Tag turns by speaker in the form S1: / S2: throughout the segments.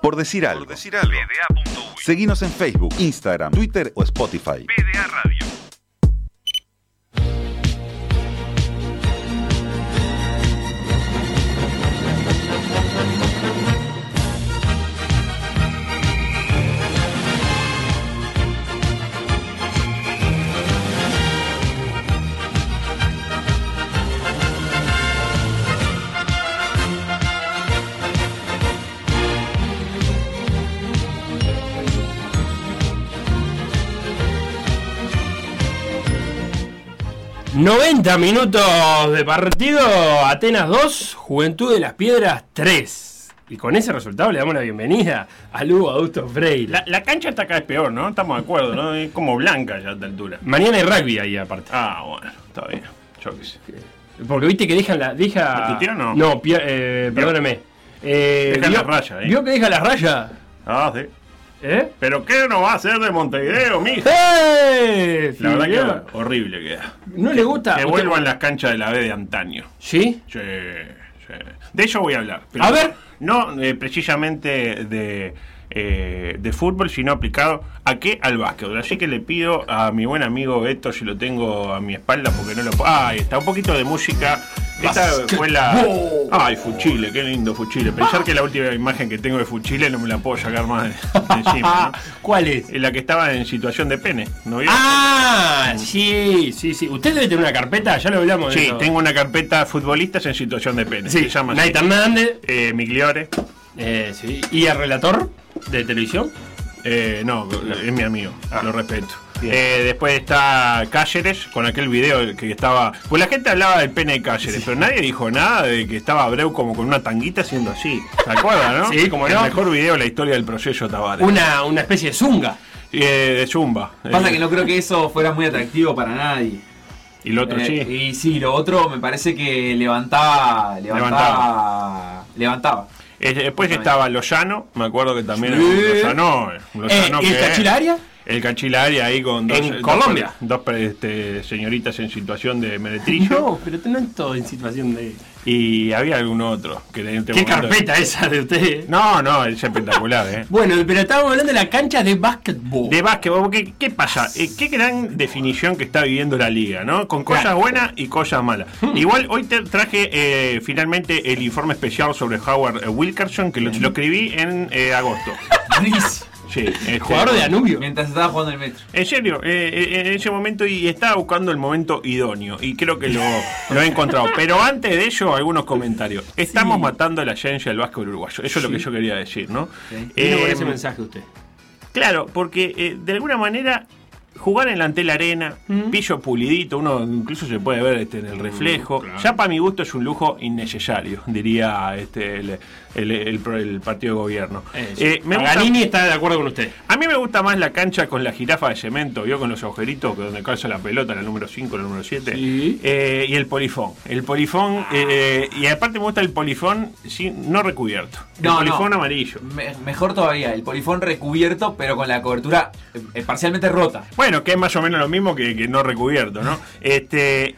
S1: Por decir algo.
S2: Por decir algo. PDA.uy.
S1: Seguinos en Facebook, Instagram, Twitter o Spotify.
S2: PDA Radio.
S3: ¡90 minutos de partido! Atenas 2, Juventud de las Piedras 3. Y con ese resultado le damos la bienvenida a Lugo Augusto Freire.
S4: La, la cancha está cada vez peor, ¿no? Estamos de acuerdo, ¿no? Es como blanca ya a esta altura.
S3: Mañana hay rugby ahí aparte.
S4: Ah, bueno, está bien. Yo qué sé.
S3: Porque viste que dejan la. Deja...
S4: ¿La titira o no?
S3: No, pier- eh, perdóname. Eh,
S4: Dejan
S3: vio-
S4: la raya, eh.
S3: ¿Vio que deja la raya?
S4: Ah, sí.
S3: ¿Eh?
S4: ¿Pero qué nos va a hacer de Montevideo, mija?
S3: ¡Eh!
S4: La verdad
S3: Fideo.
S4: que horrible queda.
S3: No le gusta.
S4: Que
S3: Usted-
S4: vuelvan las canchas de la B de antaño.
S3: ¿Sí?
S4: Sí, sí. De ello voy a hablar. pero
S3: A ver.
S4: No eh, precisamente de, eh, de fútbol, sino aplicado a qué? Al básquetbol. Así que le pido a mi buen amigo Beto, si lo tengo a mi espalda, porque no lo puedo. Ah, ahí está un poquito de música. Esta fue la. Ay, Fuchile, qué lindo Fuchile. Pensar que la última imagen que tengo de Fuchile no me la puedo sacar más de, de encima.
S3: Ah,
S4: ¿no? Eh,
S3: ¿Cuál es?
S4: Es La que estaba en situación de pene, ¿no vio?
S3: Ah, sí, sí, sí. Usted debe tener una carpeta, ya lo hablamos. de
S4: sí,
S3: eso.
S4: tengo una carpeta futbolistas en situación de pene.
S3: Sí,
S4: se llama así.
S3: Nait Hernández.
S4: Eh, Migliore.
S3: eh, sí. Y el relator de televisión.
S4: Eh, no, es mi amigo,
S5: Ah.
S4: lo respeto.
S3: Bien.
S4: Eh, después está Cáceres con aquel video que estaba. Pues la gente hablaba del pene de Cáceres, pero nadie dijo nada de que estaba Abreu como con una tanguita haciendo así. ¿Se acuerdan, no?
S3: Sí, cómo
S4: El
S3: no.
S4: mejor video de la historia del proceso Tavares.
S3: Una, una especie de zunga.
S4: Eh, de Zumba.
S5: Pasa
S4: Eh,
S5: que no creo que eso fuera muy atractivo para nadie.
S4: Y el otro
S5: Eh,
S4: sí.
S5: Y sí, lo otro me parece que levantaba. Levantaba. Levantaba.
S4: Eh, después estaba Lozano, me acuerdo que también.
S3: Sí.
S4: Lozano. Lozano
S3: Eh, ¿y el
S4: que-
S3: Cachila Arias?
S4: El Cachilaria ahí con dos,
S3: En
S4: dos-
S3: Colombia.
S4: Dos, este, señoritas en situación de meretrillo.
S3: No, pero no es todo en situación de.
S4: Y había algún otro que en este
S3: ¿Qué
S4: momento-
S3: carpeta esa de usted?
S4: No, no, es espectacular, ¿eh?
S3: Bueno, pero estábamos hablando de la cancha de básquetbol.
S4: De básquetbol, ¿qué, qué pasa? Eh, qué gran definición que está viviendo la liga, ¿no? Con cosas buenas y cosas malas.
S3: Hmm.
S4: Igual hoy te traje eh, finalmente el informe especial sobre Howard eh, Wilkerson, que lo, lo escribí en eh, agosto.
S5: Gris.
S4: Sí, este,
S3: Jugador de Danubio.
S5: Mientras estaba jugando en el metro.
S4: En serio, eh, eh, en ese momento y estaba buscando el momento idóneo y creo que lo, lo he encontrado. Pero antes de ello, algunos comentarios. Estamos matando a la esencia del básquet uruguayo. Eso es lo que yo quería decir, ¿no?
S3: Vino con
S4: Eh,
S3: ese mensaje usted.
S4: Claro, porque eh, de alguna manera jugar en la antela arena, pillo pulidito, uno incluso se puede ver este, en
S3: Mm,
S4: el reflejo. Ya para mi gusto es un lujo innecesario, diría este, el, el- el pro- el partido de gobierno. Eh, me gusta-
S3: Paganini está de acuerdo con usted.
S4: a mí me gusta más la cancha con la jirafa de cemento, ¿vio? Con los agujeritos que donde calza la pelota, la número 5, la número 7.
S3: Sí.
S4: Eh, y el polifón. El polifón, eh, eh, y aparte me gusta el polifón sin, no recubierto. El
S5: No,
S4: polifón
S5: no.
S4: amarillo.
S5: Me- mejor todavía, el polifón recubierto, pero con la cobertura eh, eh, parcialmente rota.
S4: Bueno, que es más o menos lo mismo que, que no recubierto, ¿no? Este.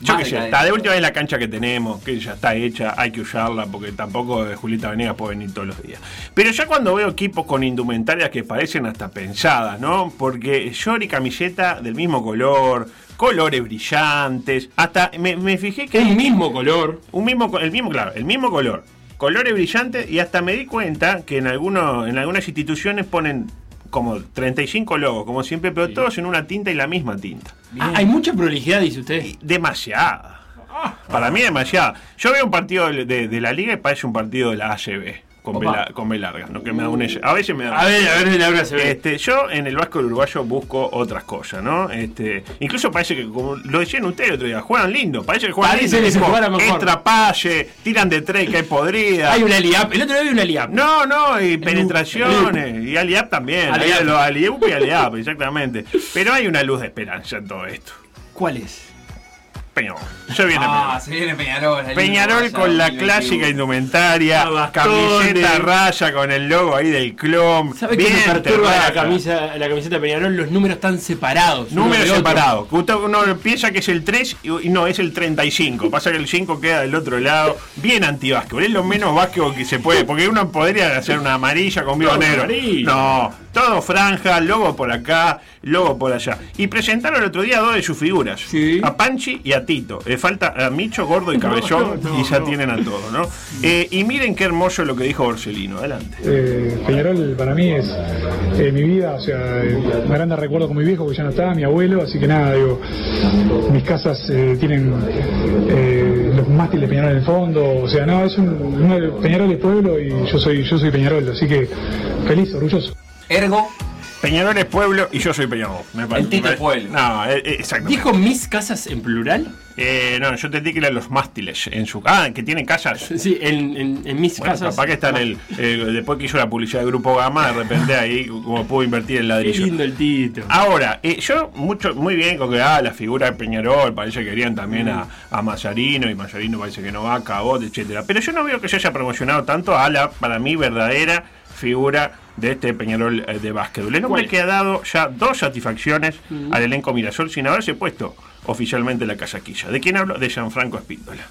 S4: Yo
S5: Más
S4: qué sé,
S5: decadente.
S4: está de última vez la cancha que tenemos, que ya está hecha, hay que usarla, porque tampoco eh, Julieta Venegas puede venir todos los días. Pero ya cuando veo equipos con indumentarias que parecen hasta pensadas, ¿no? Porque short y camiseta del mismo color, colores brillantes, hasta me, me fijé que
S3: El mismo color.
S4: un mismo co- el mismo claro el mismo color colores brillantes y hasta me di cuenta que en algunos en algunas instituciones ponen como 35 logos como siempre pero todos en una tinta y la misma tinta
S3: Ah, hay mucha prolijidad, dice usted.
S4: demasiada para mí demasiada yo veo un partido de, de- de la liga y parece un partido de la ACB con, B,
S5: Opa.
S4: la- con B larga ¿no? que me da un S. a veces me da
S3: A ver, a ver, de la hora se ve.
S4: este, yo en el Vasco Uruguayo busco otras cosas, ¿no? Este, incluso parece que, como lo decían ustedes el otro día, juegan lindo, parece que juegan
S3: Parece
S4: lindo.
S3: que se
S4: tipo,
S3: jugara mejor.
S4: Extra pase, tiran de tres que hay podrida.
S3: Hay una liap. El otro día había una liap.
S4: ah. No, no, y penetraciones. Y Aliap también.
S3: Aliap.
S4: Aliap. Aliap y Aliap, exactamente. Pero hay una luz de esperanza en todo esto.
S3: ¿Cuál es?
S4: Peñarol. Se viene
S5: Ah, se viene Peñarol. la
S4: Peñarol. Peñarol
S5: lindo,
S4: con la
S5: vaya,
S4: clásica
S5: 2021.
S4: indumentaria,
S3: Ah, bastones.
S4: camiseta raya con el logo ahí del clon.
S3: ¿Sabe qué me
S4: bien
S3: perturba la,
S4: terraza.
S3: camisa, la camiseta de Peñarol? Los números tan separados. uno
S4: Número
S3: del otro.
S4: separado. Que usted- Uno piensa que es el 3 y y no, es el 35. Pasa que el 5 queda del otro lado. Bien antibásquetbol. Es lo menos básquetbol que se puede. Porque uno podría hacer una amarilla con vivo
S3: Todo
S4: negro.
S3: amarillo.
S4: No, todo franja, logo por acá, logo por allá. Y presentaron el otro día dos de sus figuras.
S3: Sí.
S4: A Panchi y a Tito. Le falta a Micho, Gordo y Cabellón.
S3: no, no,
S4: y ya
S3: no.
S4: tienen a todos, ¿no? Eh, y miren qué hermoso lo que dijo Borsellino. Adelante.
S6: Eh, Peñarol para mí es eh, mi vida, o sea, eh, grandes recuerdos con mi viejo que ya no está, mi abuelo, así que nada, digo, mis casas eh, tienen eh, los mástiles de Peñarol en el fondo, o sea, no, es un, un- Peñarol es pueblo y yo soy, yo soy Peñarol, así que feliz, orgulloso.
S5: Ergo,
S4: Peñarol es pueblo y yo soy Peñarol. Me parece-
S5: El Tito
S4: me-
S5: es pueblo.
S4: No, eh, eh, exactamente.
S3: ¿Dijo mis casas en plural?
S4: Eh, no, yo te dije que eran los mástiles en su Ah, que tienen casas.
S3: Sí, en, en- en mis
S4: Bueno,
S3: casas.
S4: capaz que está en el, el- Después que hizo la publicidad del grupo Gama, de repente ahí como pudo invertir el
S3: Qué
S4: ladrillo.
S3: lindo el Tito.
S4: Ahora, eh, yo mucho, muy bien con que ah, la figura de Peñarol, parece que querían también a, a Mazarino, y Mazarino parece que no va a Cabot, etcétera. Pero yo no veo que se haya promocionado tanto a la, para mí, verdadera figura de este Peñarol eh, de básquetbol. El hombre
S3: ¿Cuál?
S4: que ha dado ya dos satisfacciones al elenco Mirasol sin haberse puesto oficialmente la casaquilla. ¿De quién hablo? De Gianfranco Espíndola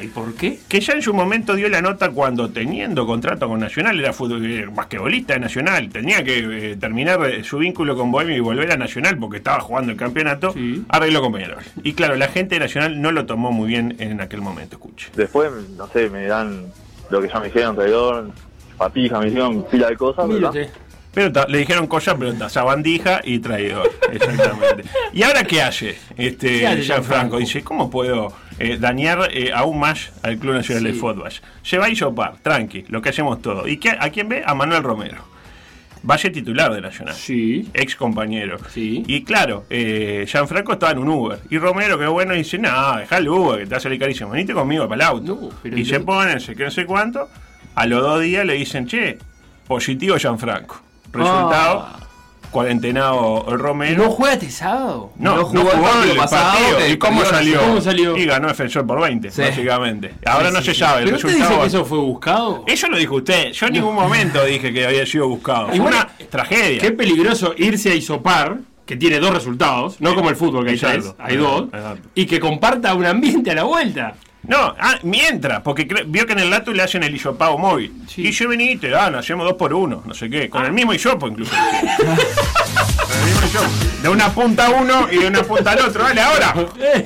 S3: ¿Y por qué?
S4: que ya en su momento dio la nota cuando teniendo contrato con Nacional, era fútbol- eh, basquetbolista de Nacional, tenía que eh, terminar eh, su vínculo con Bohemio y volver a Nacional porque estaba jugando el campeonato,
S3: Sí.
S4: arregló con Peñarol. Y claro, la gente de Nacional no lo tomó muy bien en aquel momento, escuche.
S7: Después, no sé, me dan lo que ya me hicieron, traidor, papija, me hicieron pila de cosas, ¿verdad?
S3: Mírate.
S4: Pero ta- le dijeron cosas, pero sabandija y traidor. Exactamente. ¿Y ahora qué hace? Este
S3: ¿Qué hace
S4: Gianfranco
S3: Gianfranco?
S4: dice, ¿cómo puedo eh, dañar eh, aún más al Club Nacional de
S3: Sí.
S4: Fútbol? Se va a sopar, tranqui, lo que hacemos todo. ¿Y qué- a quién ve? A Manuel Romero. Va a ser titular de Nacional.
S3: Sí.
S4: Ex compañero.
S3: Sí.
S4: Y claro, eh, Gianfranco estaba en un Uber. Y Romero, que bueno, dice, no, deja el Uber, que te va a salir carísimo. Venite conmigo para el auto.
S3: No, pero
S4: y
S3: el
S4: se
S3: de-
S4: ponen, se que no sé cuánto. A los dos días le dicen, che, positivo Gianfranco. Resultado,
S3: Ah.
S4: cuarentenado Romero.
S3: ¿No juega este sábado?
S4: No, no
S5: no
S4: jugó,
S5: jugó el
S4: el partido.
S5: partido pasado, te
S4: ¿Y cómo
S5: perdió,
S4: salió?
S3: ¿cómo salió?
S4: Y ganó defensor por 20,
S5: Sí.
S4: básicamente. Ahora no se sabe el
S3: ¿Pero usted
S4: resultado.
S3: dice que eso fue buscado?
S4: Eso lo dijo usted. Yo en ningún momento dije que había sido buscado. Fue
S3: Igual-
S4: una tragedia.
S3: Qué peligroso irse a isopar, que tiene dos resultados, no como el fútbol que hay
S4: Exacto.
S3: tres, hay dos,
S4: Exacto.
S3: y que comparta un ambiente a la vuelta.
S4: No, ah, mientras, porque cre- vio que en el Latu le hacen el isopago móvil.
S3: Sí.
S4: Y yo vení y te dan, hacemos dos por uno, no sé qué,
S5: Ah.
S4: con el mismo isopo incluso. con el mismo hisopo. De una punta a uno y de una punta al otro, dale ahora.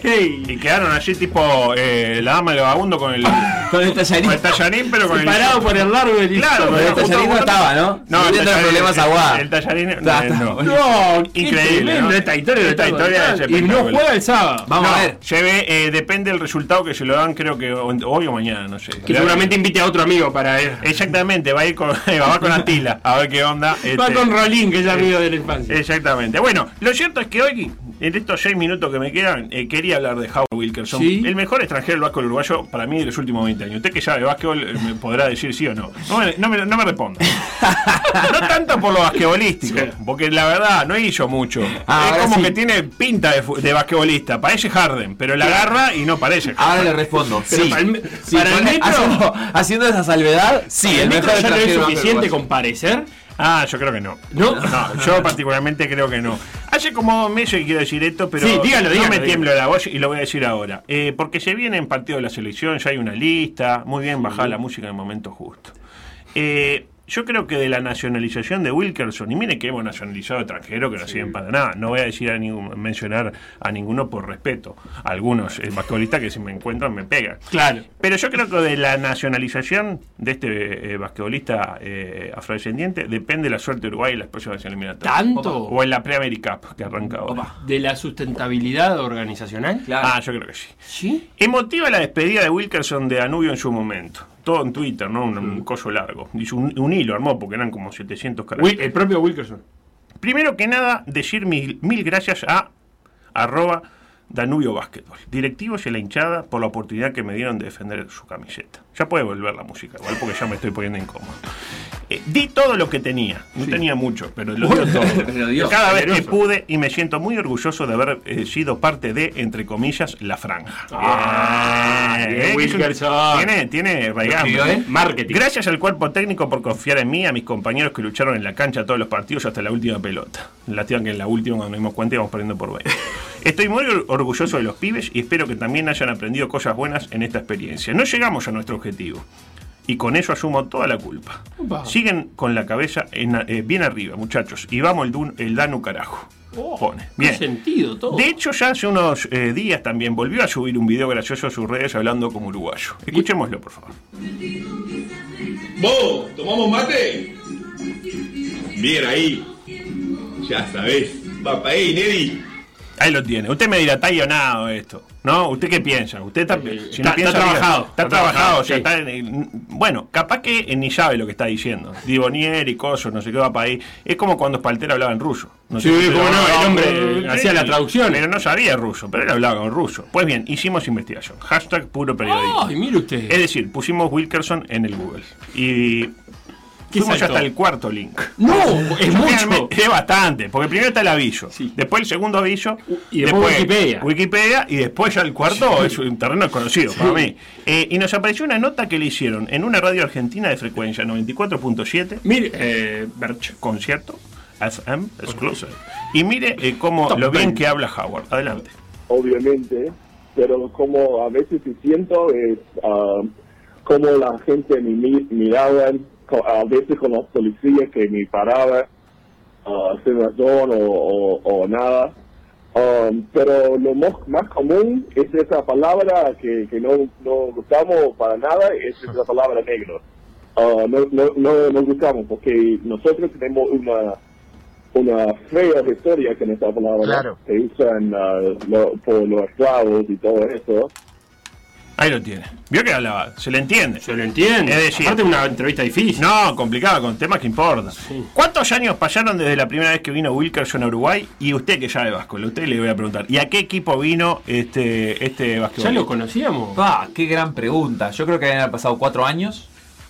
S4: Y
S3: ¡Ey!
S4: quedaron allí tipo eh, la dama del vagabundo con el, con
S5: con el tallarín.
S4: el tallarín, pero con el
S3: Parado
S4: hisopo.
S3: por el largo del
S4: Claro,
S3: hisopo.
S5: pero el
S4: justo-
S5: tallarín no
S4: justo-
S5: estaba, ¿no?
S4: No,
S5: Viendo los problemas aguada.
S4: el, el tallarín no,
S5: Está, está,
S4: no.
S5: bueno.
S3: No, qué
S4: Increíble,
S3: tremendo
S4: ¿no?
S3: esta historia. que
S4: Esta
S3: estamos
S4: historia
S3: contando.
S4: es
S3: y no
S4: espectacular.
S3: juega el sábado.
S5: Vamos
S4: No,
S5: a ver.
S4: se ve, eh, depende del resultado que se lo dan, creo que hoy hoy o mañana, no sé.
S3: Que seguramente invite a otro amigo para él.
S4: Exactamente, va a ir con, va con Atila, a ver qué onda.
S3: Va
S4: este,
S3: con Rolín, que es amigo de la infancia.
S4: Exactamente. Bueno, lo cierto es que hoy, en estos seis minutos que me quedan, eh, quería hablar de Howard Wilkerson,
S3: Sí.
S4: el mejor extranjero del básquetbol uruguayo para mí de los últimos 20 años. Usted que sabe básquetbol eh, me podrá decir sí o no. No me, no me- no me responda. no tanto por lo basquetbolístico, porque la verdad no hizo mucho.
S5: Ah,
S4: es
S5: ahora
S4: como
S5: sí.
S4: que tiene pinta de, fu- de basquetbolista. Parece Harden, pero la agarra y no parece Harden.
S5: Ahora le respondo.
S3: Pero
S5: sí.
S3: para el, me-
S5: Sí,
S3: para el
S5: con-
S3: metro,
S5: haciendo, haciendo esa salvedad, sí,
S3: el
S5: el
S3: metro
S5: mejor
S3: ya no es
S5: extranjero más
S3: suficiente
S5: uruguayo.
S3: con parecer.
S4: Ah, yo creo que no.
S3: ¿No?
S4: yo particularmente creo que no. Hace como dos meses que quiero decir esto, pero
S3: Sí, dígalo,
S4: no
S3: dígalo,
S4: me
S3: dígalo.
S4: tiemblo la voz y lo voy a decir ahora. Eh, porque se viene en partido de la selección, ya hay una lista, muy bien bajada la música en el momento justo. Eh, yo creo que de la nacionalización de Wilkerson, y mire que hemos nacionalizado extranjeros que no sirven para nada, no voy a decir a ningún, mencionar a ninguno por respeto, a algunos eh, basquetbolistas que si me encuentran me pegan.
S3: Claro.
S4: Pero yo creo que de la nacionalización de este eh, basquetbolista eh, afrodescendiente depende la suerte de Uruguay en las próximas eliminatorias.
S3: ¿Tanto?
S4: O en la Pre-America Cup que arranca ahora.
S5: Opa.
S3: ¿De la sustentabilidad organizacional?
S5: Claro.
S4: Ah, yo creo que sí.
S3: ¿Sí?
S4: Emotiva la despedida de Wilkerson de Danubio en su momento. Todo en Twitter, ¿no? Un, un coso largo. Hizo un, un hilo, armó, porque eran como 700 caracteres.
S3: Ah, Wil- el propio Wilkerson.
S4: Primero que nada, decir mil, mil gracias a arroba Danubio Basketball, directivos y la hinchada por la oportunidad que me dieron de defender su camiseta. Ya puede volver la música, igual porque ya me estoy poniendo incómodo. eh, di todo lo que tenía. No tenía mucho, pero lo dio todo.
S5: Pero dio.
S4: Cada vez que
S3: Generoso.
S4: pude y me siento muy orgulloso de haber eh, sido parte de, entre comillas, la franja.
S3: Ah, bien,
S4: Bien, eh, que es un-
S3: Wilkerson.
S4: tiene, tiene ¿eh? raigambre.
S5: escribió él?
S3: Marketing.
S4: Gracias al cuerpo técnico por confiar en mí, a mis compañeros que lucharon en la cancha todos los partidos hasta la última pelota. Lástima que en la última, cuando nos dimos cuenta, íbamos perdiendo por 20. Estoy muy or- orgulloso de los pibes y espero que también hayan aprendido cosas buenas en esta experiencia. No llegamos a nuestro objetivo. Y con ello asumo toda la culpa. Siguen con la cabeza en la- eh, bien arriba, muchachos. Y vamos el, Dun- el Danu carajo. Pone.
S3: Bien.
S4: Bien.
S3: sentido todo.
S4: De hecho, ya hace unos eh, días también volvió a subir un video gracioso a sus redes hablando como uruguayo. Escuchémoslo, por favor.
S8: ¿Vos? ¿Tomamos mate? Bien ahí. Ya sabés. Va pa' ahí, Neddy.
S4: Ahí lo tiene. Usted me dirá, está guionado esto. ¿No? ¿Usted qué piensa? Usted está,
S3: Eh,
S4: si
S3: está- está
S4: no piensa, diga,
S3: trabajado.
S4: Está,
S3: Está
S4: trabajado.
S3: trabajado,
S4: o sea,
S3: sí.
S4: está en el- bueno, capaz que eh, ni sabe lo que está diciendo. Dibonier y Coso, no sé qué va para ahí. Es como cuando Spalter hablaba en ruso. No
S3: Sí,
S4: si
S3: cómo no,
S4: hablaba-
S3: el hombre
S4: Sí,
S3: hacía la traducción.
S4: Pero no sabía ruso, pero él hablaba en ruso. Pues bien, hicimos investigación. Hashtag puro periodismo.
S3: Ay, mire usted.
S4: Es decir, pusimos Wilkerson en el Google. Y
S3: ¿Qué
S4: fuimos
S3: saltó?
S4: hasta el cuarto link.
S3: No, es mucho.
S4: Realmente, Es bastante, porque primero está el aviso,
S3: Sí.
S4: después el segundo aviso,
S3: Y después Wikipedia.
S4: Wikipedia, y después ya el cuarto es un terreno conocido para mí. Eh, y nos apareció una nota que le hicieron en una radio argentina de frecuencia 94.7,
S3: Mire, eh,
S4: Berch Concierto, FM Exclusive. Y mire eh, cómo
S3: Top
S4: lo bien
S3: 20.
S4: que habla Howard. Adelante.
S9: obviamente, pero como a veces sí siento es um, como la gente me mi- miraba, co- a veces con los policías que me paraba uh, sin razón o, o- o nada. Um, pero lo mo- más común es esa palabra que, que no, no gustamos para nada, es la palabra negro. Uh, no, no, no, no gustamos porque nosotros tenemos una una fea historia con esa palabra
S10: Claro.
S9: que usan uh, lo- por los esclavos y todo eso.
S4: Ahí lo tiene. Vio que hablaba, se le entiende.
S3: se lo entiende.
S4: Es decir-
S3: Aparte, una entrevista difícil.
S4: No, complicada, con temas que importan. ¿Cuántos años pasaron desde la primera vez que vino Wilkerson a Uruguay? Y usted que ya es vasco, a usted le voy a preguntar. ¿Y a qué equipo vino este, este
S3: Ya lo
S4: basquetbolista?
S3: conocíamos.
S5: Pa, qué gran pregunta. Yo creo que habían pasado cuatro años.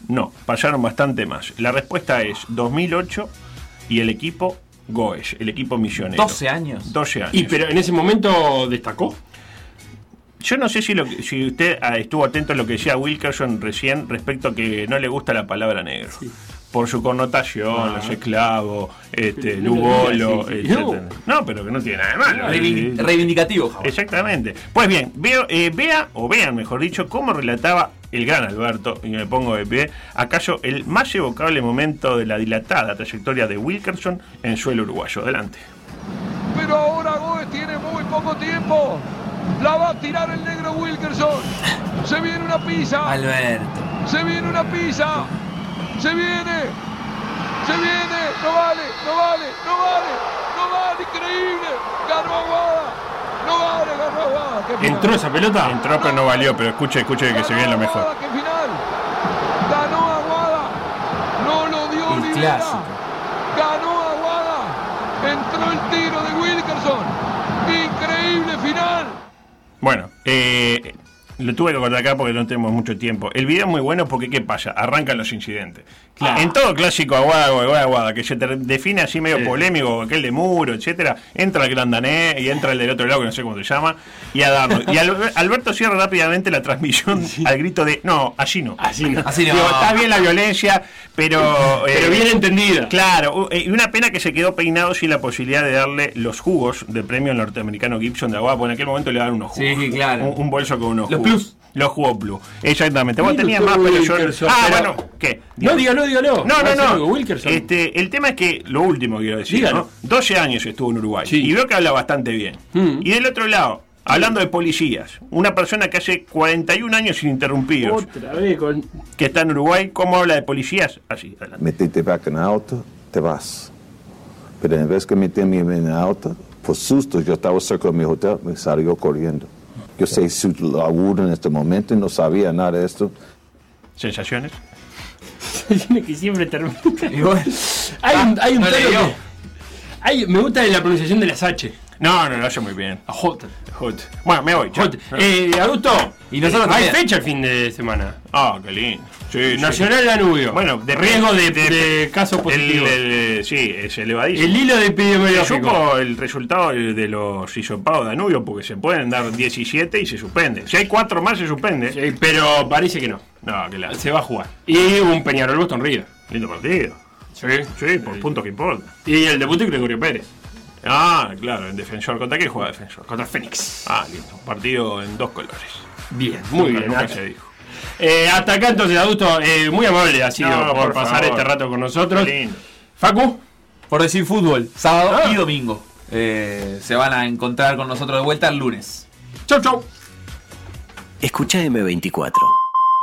S4: No, pasaron bastante más. La respuesta es 2008 y el equipo Goes, el equipo misionero.
S5: 12 años.
S4: 12 años.
S3: Y pero en ese momento destacó.
S4: Yo no sé si, lo que- si usted ah, estuvo atento a lo que decía Wilkerson recién respecto a que no le gusta la palabra negro. Por su connotación, los esclavos, este, el
S3: no lo
S4: ugolo,
S3: diga, Ah. sí, sí.
S4: etcétera. No, pero que no tiene nada de malo.
S5: Reivindic-
S4: Eh,
S5: Reivindicativo, Java.
S4: Exactamente. Pues bien, veo, eh, vea, o vean mejor dicho, cómo relataba el gran Alberto, y me pongo de pie, acaso el más evocable momento de la dilatada trayectoria de Wilkerson en suelo uruguayo. Adelante.
S11: Pero ahora Goes tiene muy poco tiempo. La va a tirar el negro Wilkerson. Se viene una pizza.
S5: Alberto.
S11: Se viene una pizza. Se viene. Se viene. No vale, no vale, no vale. No vale, increíble. Ganó Aguada. No vale, ganó Aguada. Qué final.
S3: Entró esa pelota.
S4: Entró pero no valió, pero escuche, escuche que se viene
S11: Ganó
S4: lo mejor.
S11: Aguada, qué final. Ganó Aguada. No lo dio
S5: El
S11: Olivera.
S5: clásico.
S11: Ganó Aguada. Entró el tiro de Wilkerson. Increíble final.
S4: Bueno, eh, lo tuve que cortar acá porque no tenemos mucho tiempo. El video es muy bueno porque, ¿qué pasa? Arrancan los incidentes. En todo clásico aguada, aguada, aguada, que se ter- define así medio polémico, aquel de muro, etcétera, entra el gran Dané y entra el del otro lado, que no sé cómo se llama, y a darnos. Y Al- Alberto cierra rápidamente la transmisión al grito de, no, allí no.
S3: Así no.
S5: Así no.
S4: Digo, está bien la violencia, pero...
S3: Pero
S4: eh,
S3: bien entendida.
S4: Claro, u- eh, y una pena que se quedó peinado sin la posibilidad de darle los jugos del premio al norteamericano Gibson de Aguada, porque en aquel momento le daban unos jugos.
S5: Sí, claro.
S4: Un, un bolso con unos
S5: Los
S4: jugos.
S5: plus.
S4: Los jugos plus. Exactamente. Vos
S3: Mire
S4: tenías
S3: usted,
S4: más, pero yo.
S3: Wilkerson,
S4: Ah,
S3: pero-
S4: bueno, ¿qué?
S3: No, dígalo, dígalo.
S4: No,
S3: Va a
S4: no,
S3: ser
S4: no.
S3: algo, Wilkerson.
S4: Este, el tema es que lo último que quiero decir,
S3: Dígalo.
S4: ¿no? 12 años estuvo en Uruguay
S3: Sí.
S4: y veo que habla bastante bien.
S3: Mm.
S4: Y del otro lado, hablando de policías, una persona que hace 41 años ininterrumpidos
S3: Otra vez con.
S4: que está en Uruguay, ¿cómo habla de policías? Así, adelante.
S10: Metete vaca en auto, te vas. Pero en vez que meterme en auto, por susto, yo estaba cerca de mi hotel, me salió corriendo. Yo sé su laburo en este momento y no sabía nada de esto.
S4: ¿Sensaciones?
S3: Tiene que siempre termina.
S5: Y bueno,
S3: Hay
S4: Ah,
S3: un, hay un
S5: no le
S3: telo
S5: dio.
S3: que- hay- me gusta la pronunciación de las H.
S4: No, no, lo hace muy bien.
S3: A J.
S4: Hot. Bueno, me voy. chao.
S3: Hot. Eh, Augusto,
S4: Y nosotros
S3: hay
S4: también.
S3: fecha el fin de semana.
S4: Ah, qué lindo. Sí, sí.
S3: Nacional Danubio.
S4: Bueno, de
S3: riesgo de,
S4: de-
S3: de casos positivos.
S4: El- el- sí, es elevadísimo.
S3: El hilo de
S4: Se
S3: epidemiológico.
S4: supo el resultado de de los hisopados Danubio, porque se pueden dar 17 y se suspende. Si hay 4 más, se suspende.
S3: Sí, Eh, pero parece que no.
S4: No, que la-
S3: Se va a jugar. Y un Peñarol Boston River.
S4: Lindo partido.
S3: Sí.
S4: Sí, por punto que importa.
S3: Y el debut de Gregorio Pérez.
S4: Ah, claro, en defensor. ¿Contra qué juega defensor?
S3: Contra Fénix.
S4: Ah, lindo. Partido en dos colores.
S3: Bien, muy
S4: Nunca-
S3: bien.
S4: nunca
S3: Hasta-
S4: se dijo.
S3: eh, hasta acá entonces, Augusto. eh, muy amable ha sido
S4: No,
S3: por,
S4: por
S3: pasar
S4: favor.
S3: este rato con nosotros.
S4: Qué lindo.
S3: Facu.
S5: Por decir fútbol, sábado
S3: Ah.
S5: y domingo. Eh, se van a encontrar con nosotros de vuelta el lunes.
S3: Chau, chau.
S12: Escucha M24.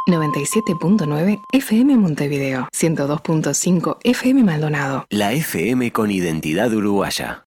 S13: 97.9 FM Montevideo, 102.5 FM Maldonado.
S12: La FM con identidad uruguaya.